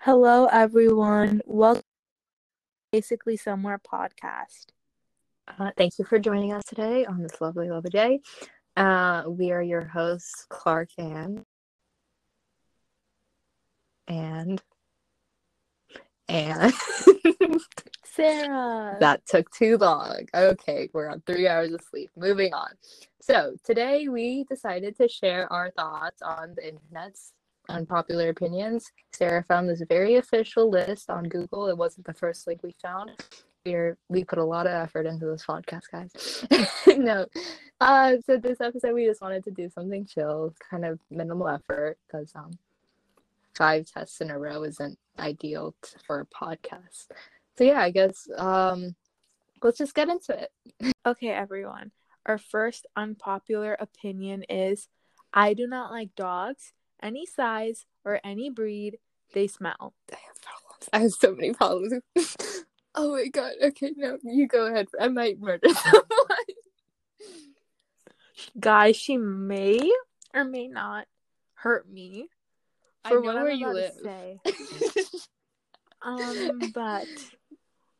Hello, everyone. Welcome to Basically Somewhere podcast. Uh, thank you for joining us today on this lovely, lovely day. Uh, we are your hosts, Clark and and and Sarah. that took too long. Okay, we're on three hours of sleep. Moving on. So today we decided to share our thoughts on the internet's unpopular opinions. Sarah found this very official list on Google. It wasn't the first link we found. We're, we put a lot of effort into this podcast, guys. no. Uh, so this episode, we just wanted to do something chill, kind of minimal effort, because um, five tests in a row isn't ideal t- for a podcast. So yeah, I guess um, let's just get into it. Okay, everyone. Our first unpopular opinion is I do not like dogs, any size or any breed. They smell. I have problems. I have so many problems. oh my god. Okay, no, you go ahead. I might murder someone. Guys, she may or may not hurt me I for know what I'm where you about live. to say. Um, but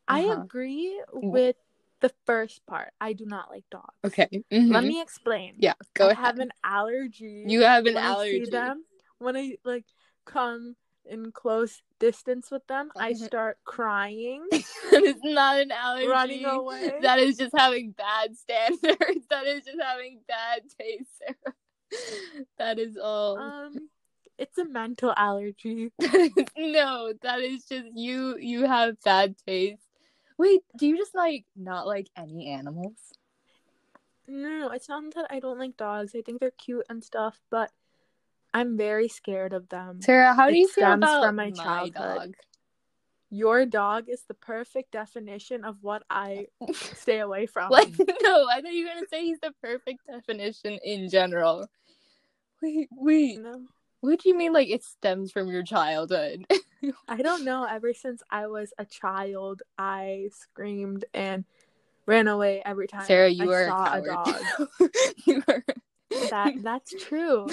I Uh-huh. agree with the first part. I do not like dogs. okay. Let mhm. me explain. Yeah. Go mm-hmm. I ahead. have an allergy. you have an when I allergy. see them, when I like come in close distance with them, I Mhm. start crying. that is not an allergy. Running away. That is just having bad standards. That is just having bad taste, Sarah. That is all. um, it's a mental allergy. no, that is just you. You have bad taste. Wait, do you just like not like any animals? No, no, no, it's not that I don't like dogs. I think they're cute and stuff, but I'm very scared of them. Sarah, how do It you feel stems about from my my, childhood. dog? Your dog is the perfect definition of what I stay away from. Like, no, I thought you were gonna say he's the perfect definition in general. Wait, wait, No, what do you mean? Like, it stems from your childhood? I don't know. Ever since I was a child, I screamed and ran away every time Sarah, you I are saw a a coward. dog. you are. That that's true.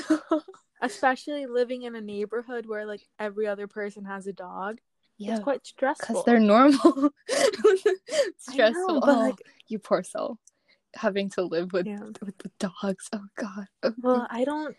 Especially living in a neighborhood where like every other person has a dog. yeah, It's quite stressful. because they're normal. I know, Stressful. but Oh, like you poor soul, having to live with Yeah. with the dogs. Oh God. Oh, well, I don't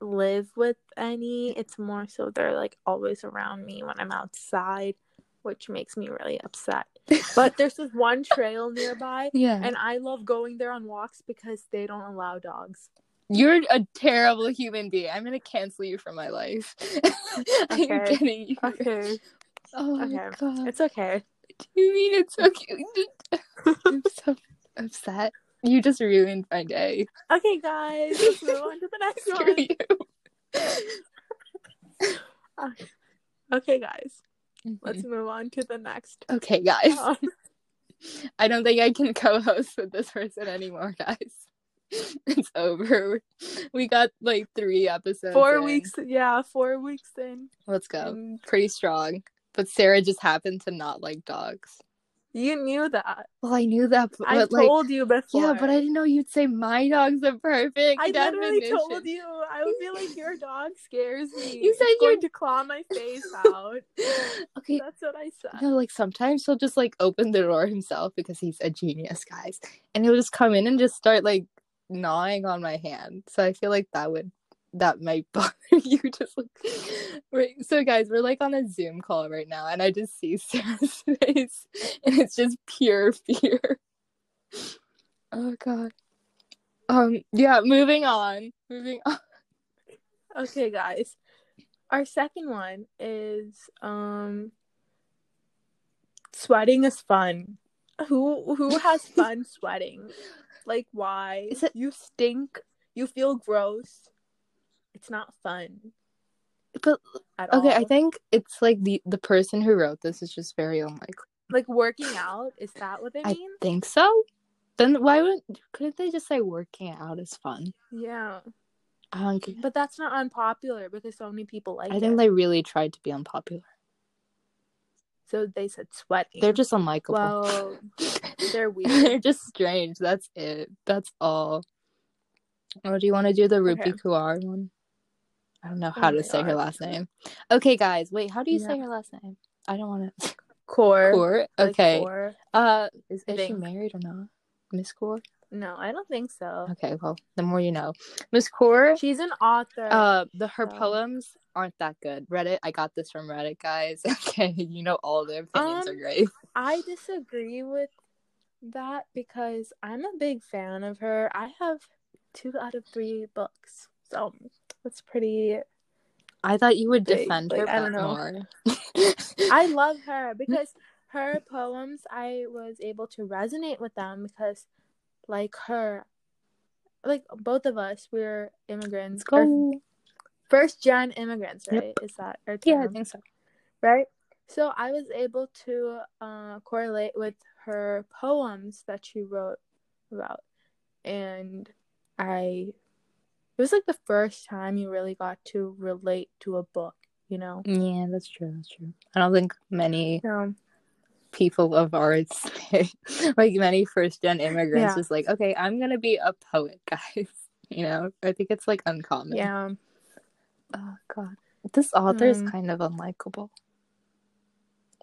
live with any. It's more so they're like always around me when I'm outside, which makes me really upset. But there's this one trail nearby yeah, and I love going there on walks because they don't allow dogs. you're a terrible human being. I'm gonna cancel you from my life. I'm Okay. kidding. You. Okay. Oh my Okay. God. It's okay. you mean it's so cute? I'm so upset. You just ruined my day. Okay guys, let's move on to the next Screw one. Okay guys, you. let's move on to the next. Okay, guys. Oh, I don't think I can co-host with this person anymore, guys. It's over. We got like three episodes. four in. weeks, yeah, four weeks in. Mm, Let's go. and Pretty strong. But Sarah just happened to not like dogs. You knew that. Well, I knew that, but, I but, like, told you before. yeah, but I didn't know you'd say my dog's the perfect I literally definition. told you. I would be like, your dog scares me. You said It's your- going to claw my face out. okay, That's what I said. No, like sometimes he'll just like open the door himself because he's a genius, guys. And he'll just come in and just start like gnawing on my hand. So I feel like that would that might bother you just like right. So guys, we're like on a Zoom call right now and I just see Sarah's face and it's just pure fear. Oh god. Um yeah, moving on. Moving on. Okay, guys. Our second one is um sweating is fun. Who who has fun sweating? Like why? Is it- You stink. You feel gross. It's not fun But at all. okay, I think it's like the the person who wrote this is just very unlikely. like working out, is that what they I mean? think so. Then why would couldn't they just say working out is fun? Yeah. I don't get- But that's not unpopular because so many people like I think it. they really tried to be unpopular. so they said sweating. They're just unlikable. well, they're weird. They're just strange. That's it. That's all. Or Oh, do you want to do the Rupi Okay. Kuar one? I don't know how Oh to my say her God. last name. Okay, guys, wait. How do you say Yeah. her last name? I don't want to. Core. Kaur. like, Okay. core. uh, is, I is she think. married or not? Miss Kaur. No, I don't think so. Okay. Well, the more you know. Miss Kaur. She's an author. Uh, the her so- poems aren't that good. Reddit. I got this from Reddit, guys. Okay, you know all their opinions are Um, great. I disagree with that because I'm a big fan of her. I have two out of three books, so that's pretty. I thought you would big, defend like, her I don't but know. more. I love her because her poems, I was able to resonate with them because, like her, like both of us, we're immigrants, or first gen immigrants, Yep. right? Is that our Yeah, I term? think so. right? So I was able to uh, correlate with her poems that she wrote about, and I it was like the first time you really got to relate to a book, you know. Yeah, that's true. That's true. I don't think many So people of arts, like many first gen immigrants, Yeah. is like, okay, I'm gonna be a poet, guys. You know, I think it's like uncommon. yeah, Oh God, this author is Mm. kind of unlikable.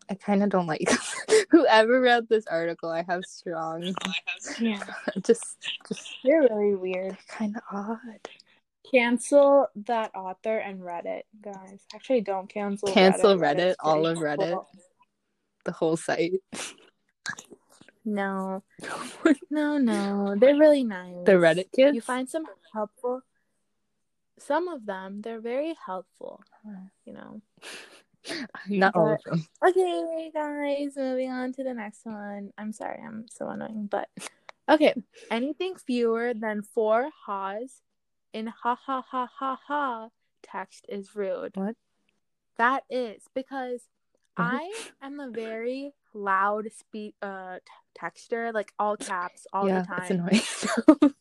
I kind of don't like whoever read this article. I have strong, yeah, just, just you're really weird. kind of odd. Cancel that author and Reddit, guys. Actually, don't cancel. Cancel Reddit. Reddit, Reddit's all pretty of Reddit. cool. The whole site. No, no, no. They're really nice. the Reddit kids. you find some helpful some of them they're very helpful you know not all of them. okay guys moving on to the next one i'm sorry i'm so annoying but okay anything fewer than four ha's in ha ha ha ha ha text is rude What? that is because What? i am a very loud speak uh t- texter like all caps all yeah, the time it's annoying.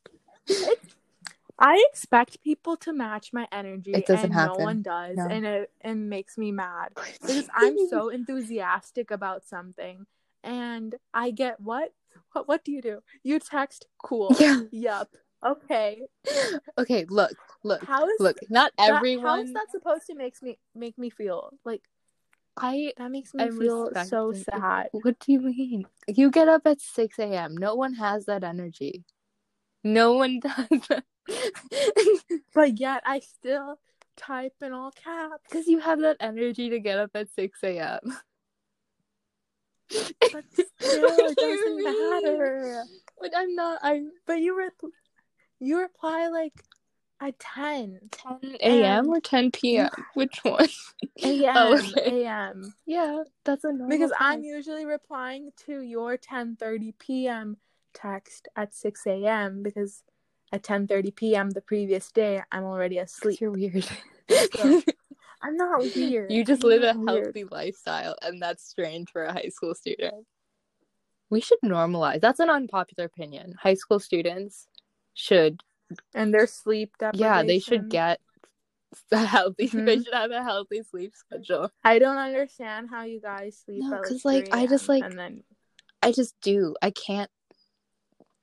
I expect people to match my energy. It doesn't and happen. No one does, No. and it it makes me mad because I'm so enthusiastic about something, and I get what what what do you do? You text cool. Yeah. Yup. Okay. Okay, look, look, How is look. Not that, How everyone. is that supposed to make me make me feel like I that makes me I feel so respected- sad? What do you mean? You get up at six a.m. No one has that energy. No one does. But yet I still type in all caps. Because you have that energy to get up at six a.m. But still, What it do you doesn't mean? matter. But I'm not. I'm But you re- you reply like at ten 10 a.m. And- or 10 p.m. Which one? a.m. Oh, okay. a.m. Yeah, that's a normal. Because I'm time. usually replying to your 10:30 p.m. text at 6 a.m. because at 10:30 p.m. the previous day I'm already asleep. You're weird. So, I'm not weird. you just I'm live a not weird. healthy lifestyle, and that's strange for a high school student. We should normalize. That's an unpopular opinion. High school students should, and they're sleep yeah, they deprivation. should get a healthy. They Mhm. should have a healthy sleep schedule. I don't understand how you guys sleep. No, at, 'cause, like, 3 I just, a.m. like- and then I just do. I can't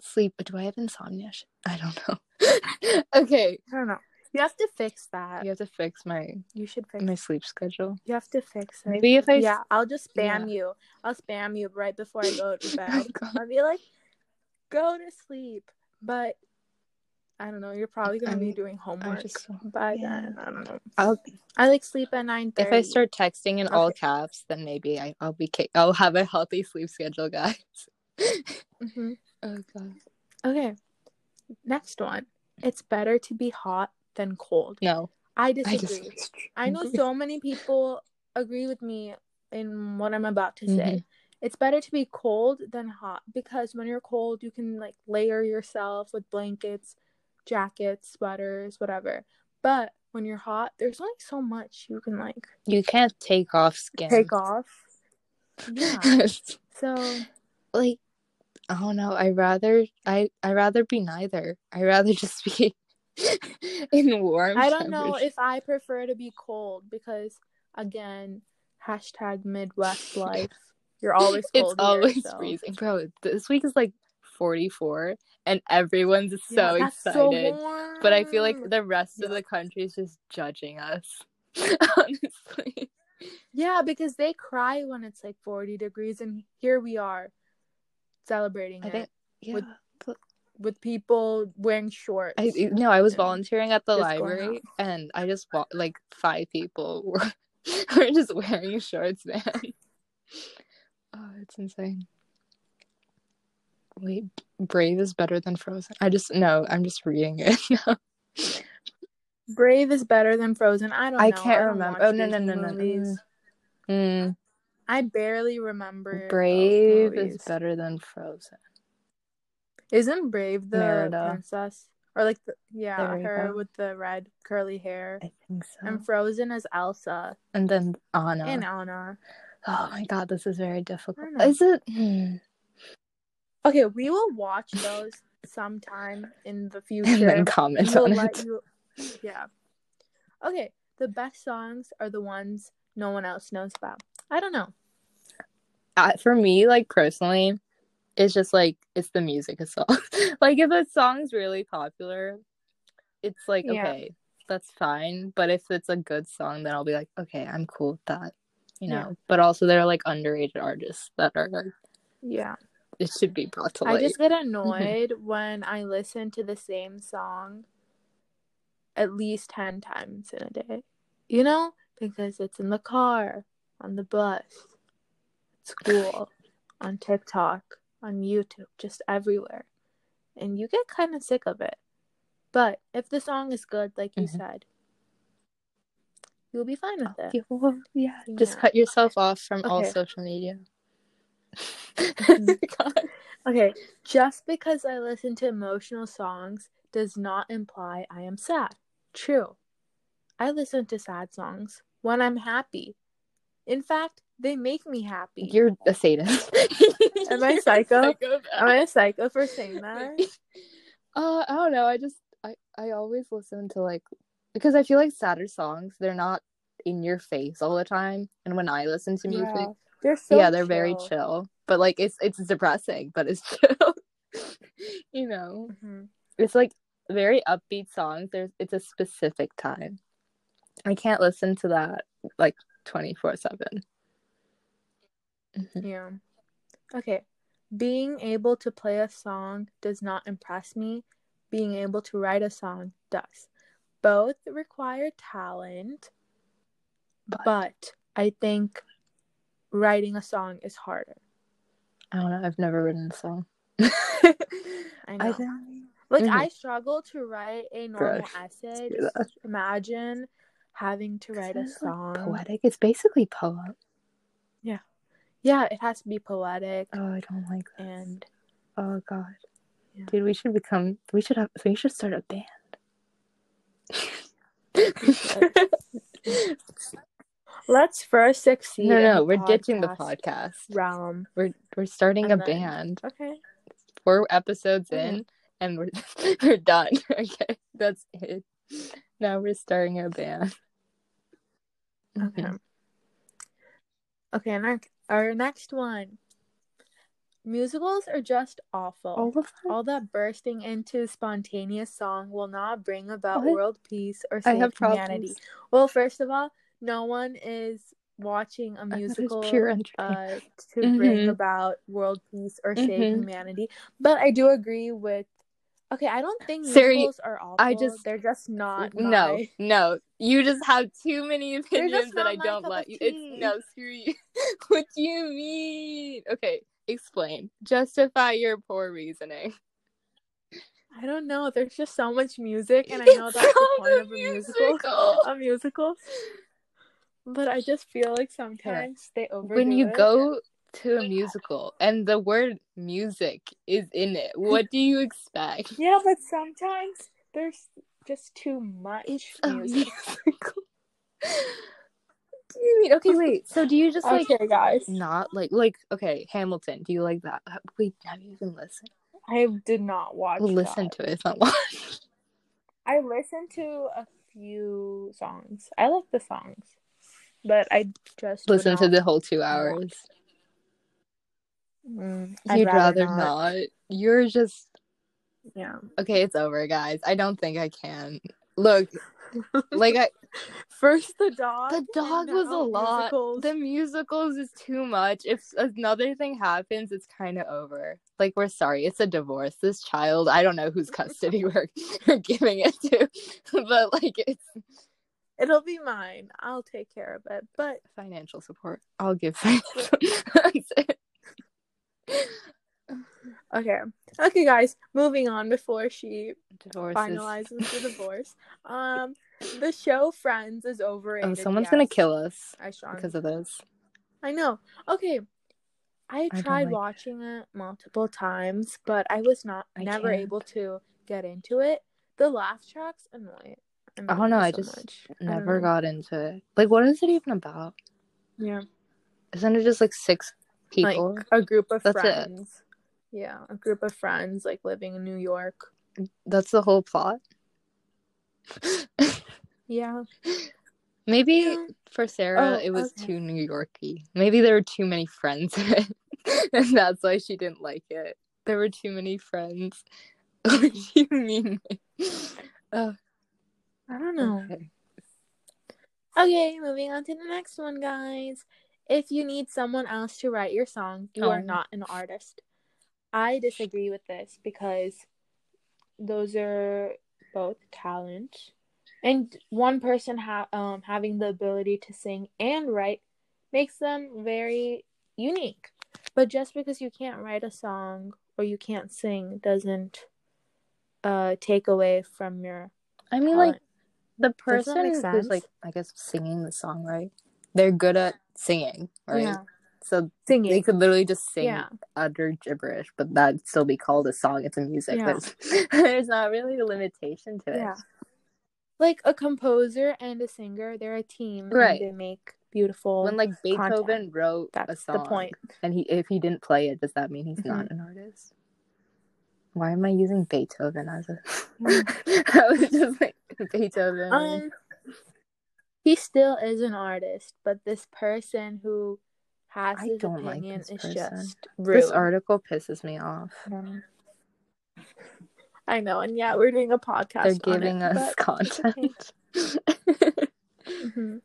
sleep. Do I have insomnia? I don't know. okay, I don't know. You have to fix that. you have to fix my You should fix. my sleep schedule. You have to fix it. Maybe if I s- Yeah, I'll just spam Yeah. you. I'll spam you right before I go to Oh, bed. God. I'll be like, go to sleep. But I don't know. You're probably gonna be I'm- doing homework just don't- by yeah. then. I don't know. I'll, I like sleep at nine thirty. if I start texting in all caps, then maybe I, I'll be ca- I'll have a healthy sleep schedule, guys. Mhm. Oh god, Okay. Next one. It's better to be hot than cold. no! I I disagree. I, just know so many people agree with me in what I'm about to say. Mhm. It's better to be cold than hot because when you're cold, you can like layer yourself with blankets, jackets, sweaters, whatever. But when you're hot, there's only so much you can like you can't take off skin. take off. Yeah. So like I don't know. I rather I I rather be neither. I rather just be in warm. I don't know temperatures. if I prefer to be cold because again, hashtag Midwest life. You're always cold. it's always here, so. freezing, bro. This week is like 44 and everyone's so Yeah, that's excited. warm. but I feel like the rest of Yeah. the country is just judging us. Honestly. yeah, because they cry when it's like 40 degrees, and here we are celebrating I it think With- with people wearing shorts. I no, I was and volunteering at the just going library and I just wa- like five people were were just wearing shorts, man. Oh, it's insane. Wait, Brave is better than Frozen. I just no, I'm just reading it Oh, now. Brave is better than Frozen. I don't. I know. can't don't remember. watch Oh no no Disney no no. movies. mm. Mm, I barely remember. those Brave is movies. better than Frozen. Isn't Brave the Merida. princess or like the, yeah There we her go. with the red curly hair? I think so. And Frozen is Elsa and then Anna. and Anna. Oh my god, this is very difficult. know. Is it? hmm. Okay, we will watch those sometime in the And then future. comment We'll on let it. you- yeah. Okay, the best songs are the ones no one else knows about. I don't know. uh, for me, like personally, it's just like it's the music of song. like if a song's really popular, it's like Yeah. okay, that's fine. But if it's a good song, then I'll be like, okay, I'm cool with that. You know. Yeah. But also, there are like underrated artists that are like Yeah. it should be brought to I light. just get annoyed when I listen to the same song at least 10 times in a day. You know? Because it's in the car, on the bus, at school, on TikTok, on YouTube, just everywhere. And you get kind of sick of it. But if the song is good, like you Mhm. said, you'll be fine with it. yeah, just Yeah. cut yourself off from all Okay. Mm. social media. Okay, just because I listen to emotional songs does not imply I am sad. True. I listen to sad songs when I'm happy. In fact, they make me happy. You're a sadist. Am I You're a psycho? psychopath. Am I a psycho for saying that? uh, I don't know. I just I I always listen to like because I feel like sadder songs they're not in your face all the time. And when I listen to music, yeah, Yeah. They're so they're very chill. But like it's it's depressing, but it's chill. you know, Mhm. it's like very upbeat songs. There's it's a specific time. I can't listen to that like twenty four seven. Mm-hmm. Yeah. Okay. Being able to play a song does not impress me. Being able to write a song does. Both require talent, But- but I think writing a song is harder. I don't know. I've never written a song. I know. I don't. like Mhm. I struggle to write a normal essay. do Just that. imagine having to write a Isn't it, song. like, poetic. It's basically poem. Yeah, it has to be poetic Oh, I don't like that. and Oh God, Yeah. dude, we should become. We should have. We should start a band. let's first succeed. no, in no, the we're ditching the podcast podcast. realm. We're we're starting a And then- band. Okay. Four episodes Mhm. in, and we're we're done. okay, that's it. Now we're starting a band. Mm-hmm. Okay. Um, Okay, and our, our next one. Musicals are just awful. All of them. All that bursting into spontaneous song will not bring about What? world peace or I save have problems. humanity. Well, first of all, no one is watching a I thought it was musical pure entertainment. uh, to Mhm. bring about world peace or save Mhm. humanity. But I do agree with. Okay, I don't think Siri, musicals are awful. I just- they're just not. no, my- no. You just have too many opinions just that not I my don't cup let of you. tea. It's no, screw you. what do you mean? Okay, explain. Justify your poor reasoning. I don't know. There's just so much music, and I know It's that's the called point of a musical. musical. A musical. But I just feel like sometimes they overdo When you it. go to a musical and the word music is in it, what do you expect? Yeah, but sometimes there's just too much It's uh, a music. musical. Do you mean- Okay, wait. So do you just like okay, guys. not like like okay Hamilton? Do you like that? Uh, Wait, have you even listened? I did not watch. Well, listen that. to it. It's not watch. I listened to a few songs. I like the songs, but I just would listen to not- the whole two hours. Mm, I'd You'd rather, not. You're just Yeah. okay. It's over, guys. I don't think I can. Look, like I, First the dog. the and dog now was a lot. musicals. The musicals is too much. If s- another thing happens, it's kind of over. Like we're sorry, it's a divorce. This child, I don't know whose custody we're, we're giving it to, but like it's It'll be mine. I'll take care of it. But financial support. I'll give financial. okay. Okay guys, moving on before she Divorce. finalizes the divorce. Um the show Friends is Oh, overrated. someone's gonna yes. kill us I strongly because of this. I know. Okay. I don't tried like- watching it multiple times, but I was not I never can't. able to get into it. The laugh tracks annoy. I don't know, I just Never got into it. Like, what is it even about? yeah Isn't it just like six people? like a group of That's it. friends. Yeah, a group of friends like living in New York. That's the whole plot. Yeah. Maybe Yeah. for Sarah, Oh, it was okay. too New Yorky. Maybe there were too many friends in it, and that's why she didn't like it. There were too many friends. what do you mean? Oh, I don't know. okay. Okay, moving on to the next one, guys. If you need someone else to write your song, you are Oh. not an artist. I disagree with this because those are both talent, and one person ha- um, having the ability to sing and write makes them very unique. But just because you can't write a song or you can't sing doesn't uh, take away from your I mean, talent. like the Does that person make who's sense? like, I guess, singing the song, right? They're good at singing, right? Yeah. So singing. they could literally just sing yeah. utter gibberish, but that'd still be called a song. It's a music. Yeah. There's, there's not really a limitation to it. Yeah. Like a composer and a singer, they're a team. and Right. they make beautiful. When like Content. Beethoven wrote a That's song, the point. Mm-hmm. and he if he didn't play it, does that mean he's not an artist? Why am I using Beethoven as a? I was just like Beethoven. Mm. Um, he still is an artist, but this person who has I his don't like opinion this is person. just rude. this article pisses me off. Um, I know, and yeah, we're doing a podcast. They're on it, giving us but it's okay. content. Mhm.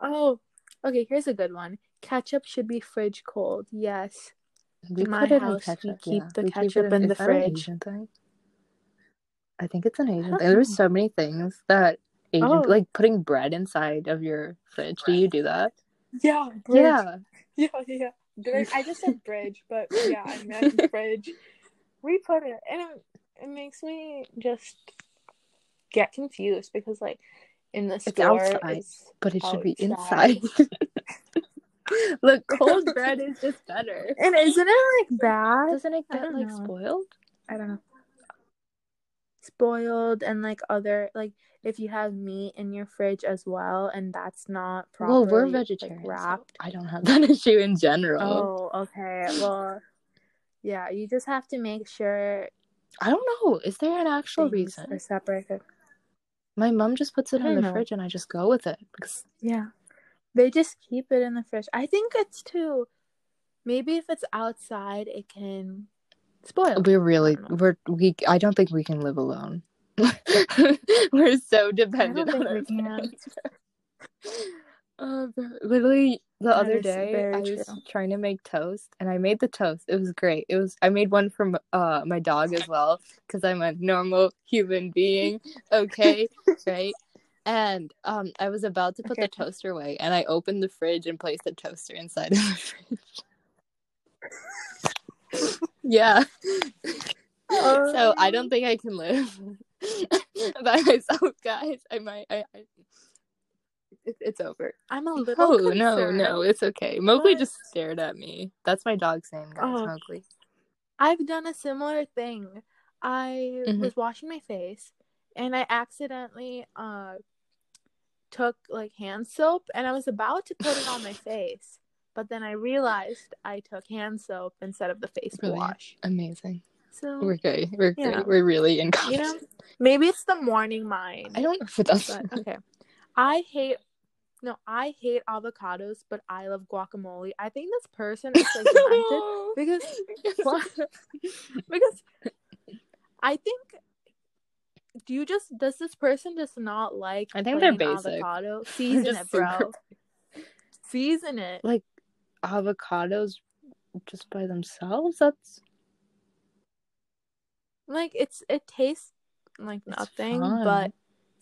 Oh, okay. Here's a good one. Ketchup should be fridge cold. Yes. We In my put it in house, we keep the it ketchup in the is that an fridge. Asian thing? I think it's an Asian don't thing. There's know. so many things that Asian, Oh. like putting bread inside of your fridge. Do you do that? Yeah. Yeah. Yeah, yeah. Bridge. I just said bridge, but yeah, I meant bridge. We put it, and it, it makes me just get confused because, like, in the store, outside, it's- But it should be Outside. inside. Look, cold bread is just better. and isn't it like bad? Doesn't it I get don't like know. spoiled? I don't know. Spoiled and like other like if you have meat in your fridge as well, and that's not properly well, we're like, vegetarians. so wrapped. I don't have that issue in general. Oh, okay. Well, yeah, you just have to make sure I don't know. Is there an actual things reason? are separated. My mom just puts it I in the don't know. fridge and I just go with it because Yeah. They just keep it in the fridge. I think it's too. Maybe if it's outside, it can spoil. We're really don't know. we're we I don't think we can live alone. we're so I don't dependent on think we our can. uh, literally the That other is day very I was true. trying to make toast and I made the toast. It was great. It was I made one from uh my dog as well because I'm a normal human being. Okay, right. And um, I was about to put the Okay. toaster away, and I opened the fridge and placed the toaster inside of the fridge. yeah. Um, so I don't think I can live by myself, guys. I might. I, I it, it's over. I'm a little. Oh no, concerned. no, it's okay. Mowgli What? just stared at me. That's my dog's name, guys. Oh. Mowgli. I've done a similar thing. I Mhm. was washing my face and I accidentally uh took like hand soap and I was about to put it on my face, but then I realized I took hand soap instead of the face Brilliant. wash. Amazing. So We're good. We're Yeah. great. We're really in you know confidence. maybe it's the morning mind I don't know if it does. but okay i hate No, I hate avocados, but I love guacamole. I think this person is like demented because because I think do you just does this person just not like I think they're plain basic. avocado? Season just it, bro. super- Season it. like avocados just by themselves. That's Like it's it tastes like It's nothing, fine. but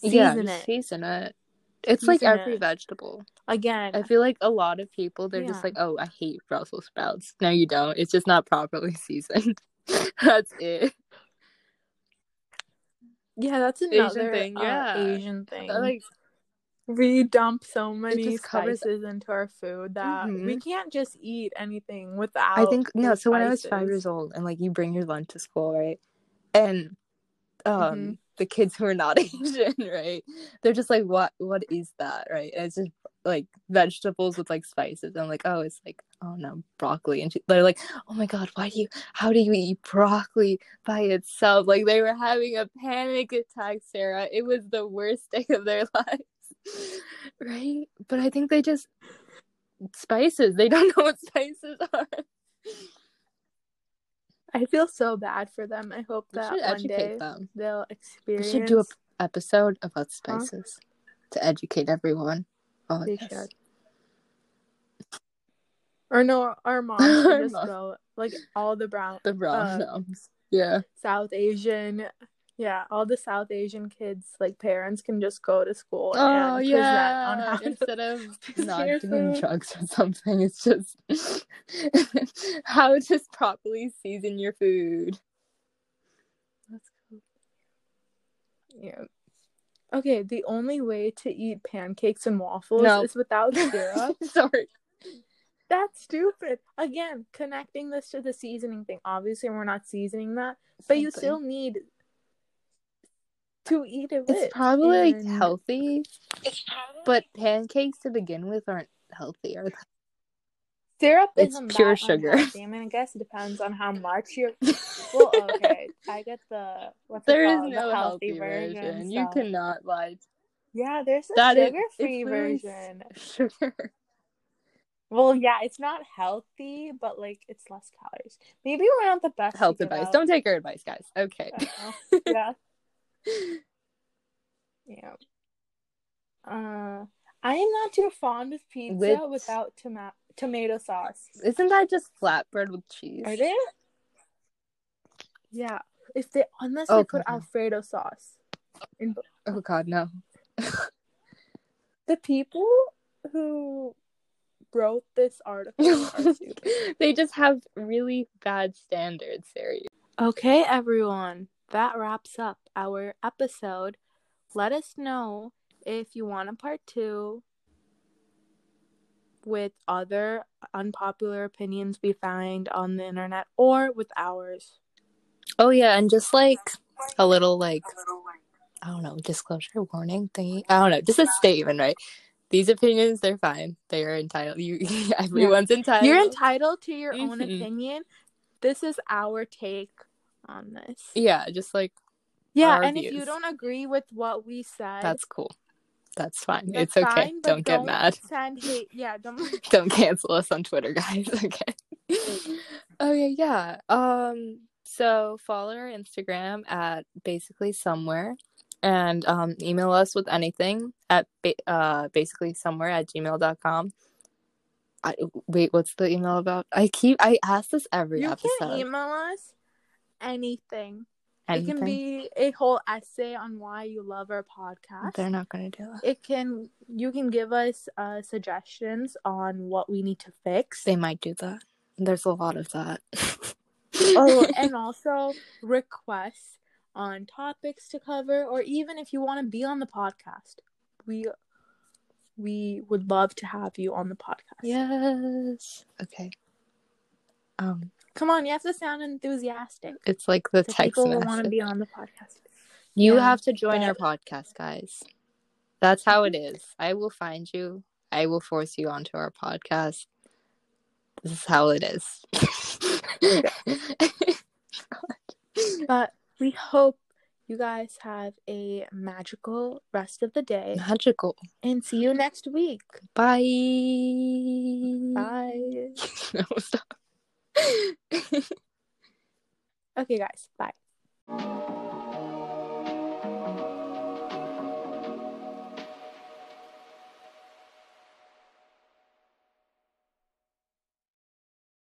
yeah, season just it. season it. It's like Season every it. vegetable. Again. I feel like a lot of people they're Yeah. just like, "Oh, I hate Brussels sprouts." No, you don't. It's just not properly seasoned. That's it. yeah, that's Asian another thing, uh, yeah. Asian thing. Like we dump so many just covers- Mm-hmm. spices into our food that we can't just eat anything without. I think no. those So when I was five spices. years old, and like you bring your lunch to school, right? And um, Mhm. the kids who are not Asian, right? They're just like, what? What is that, right? And it's just like vegetables with like spices. And I'm like, oh, it's like, oh no, broccoli. And she, they're like, oh my god, why do you? How do you eat broccoli by itself? Like they were having a panic attack, Sarah. It was the worst day of their lives, right? But I think they just spices. They don't know what spices are. I feel so bad for them. I hope We that should one educate day them. they'll We experience. should do an episode about Huh? spices to educate everyone. Oh, We yes. should. Or no, our mom Our should just mom. go like all the brown The raw Uh, noms. Yeah. South Asian, yeah, all the South Asian kids like parents can just go to school Oh, and yeah. present on how to Instead of prepare not your doing food. drugs or something, it's just how to properly season your food. That's cool. Yeah. Okay, the only way to eat pancakes and waffles No. is without syrup. Sorry. That's stupid. Again, connecting this to the seasoning thing. Obviously, we're not seasoning that, but you Something. still need to eat it with. It's probably like and- healthy, but pancakes to begin with aren't healthy. Are they? syrup it's isn't pure that sugar. unhealthy. I mean, I guess it depends on how much you're. Well, okay, I get the what's There it is called? no the healthy version. You so- cannot lie. Yeah, there's a That is- it's sugar-free literally version. Sugar. Well, yeah, it's not healthy, but like it's less calories. Maybe we're not the best. to Health give advice. out- Don't take our advice, guys. Okay. I don't know. yeah. Yeah. Uh, I am not too fond of pizza With- without toma- tomato sauce. Isn't that just flatbread with cheese? Are they? Yeah. If they unless Oh, they put okay. Alfredo sauce. In- Oh god, no. the people who wrote this article are stupid. they just have really bad standards, Sari. Okay, everyone, that wraps up our episode. Let us know if you want a part two with other unpopular opinions we find on the internet or with ours. Oh yeah, and just like a little like I don't know, disclosure warning thingy. I don't know, just a statement, right? These opinions, they're fine. They are entitled. You, everyone's entitled. You're entitled to your own Mhm. opinion. This is our take on this. yeah, just like Yeah, our and if views. you don't agree with what we said, that's cool. That's fine. that's it's okay. fine, but don't get mad. Send hate. Yeah, don't. don't cancel us on Twitter, guys. Okay. okay, Oh, yeah. Um, so follow our Instagram at basically somewhere and um, email us with anything at ba- uh, basically somewhere at gmail.com. I, wait, what's the email about? I keep I ask this every you episode. can email us anything. It Anything? can be a whole essay on why you love our podcast. They're not gonna do it. it can you can give us uh, suggestions on what we need to fix. They might do that. There's a lot of that. oh, and also requests on topics to cover, or even if you want to be on the podcast, we we would love to have you on the podcast. yes. Okay. Um, come on, you have to sound enthusiastic. it's like the So text people will want to message. be on the podcast. You Yeah, have to join our podcast, guys. That's how it is. I will find you. I will force you onto our podcast. This is how it is. But we hope You guys have a magical rest of the day Magical. and see you next week. Bye. Bye. no, stop. Okay, guys. Bye.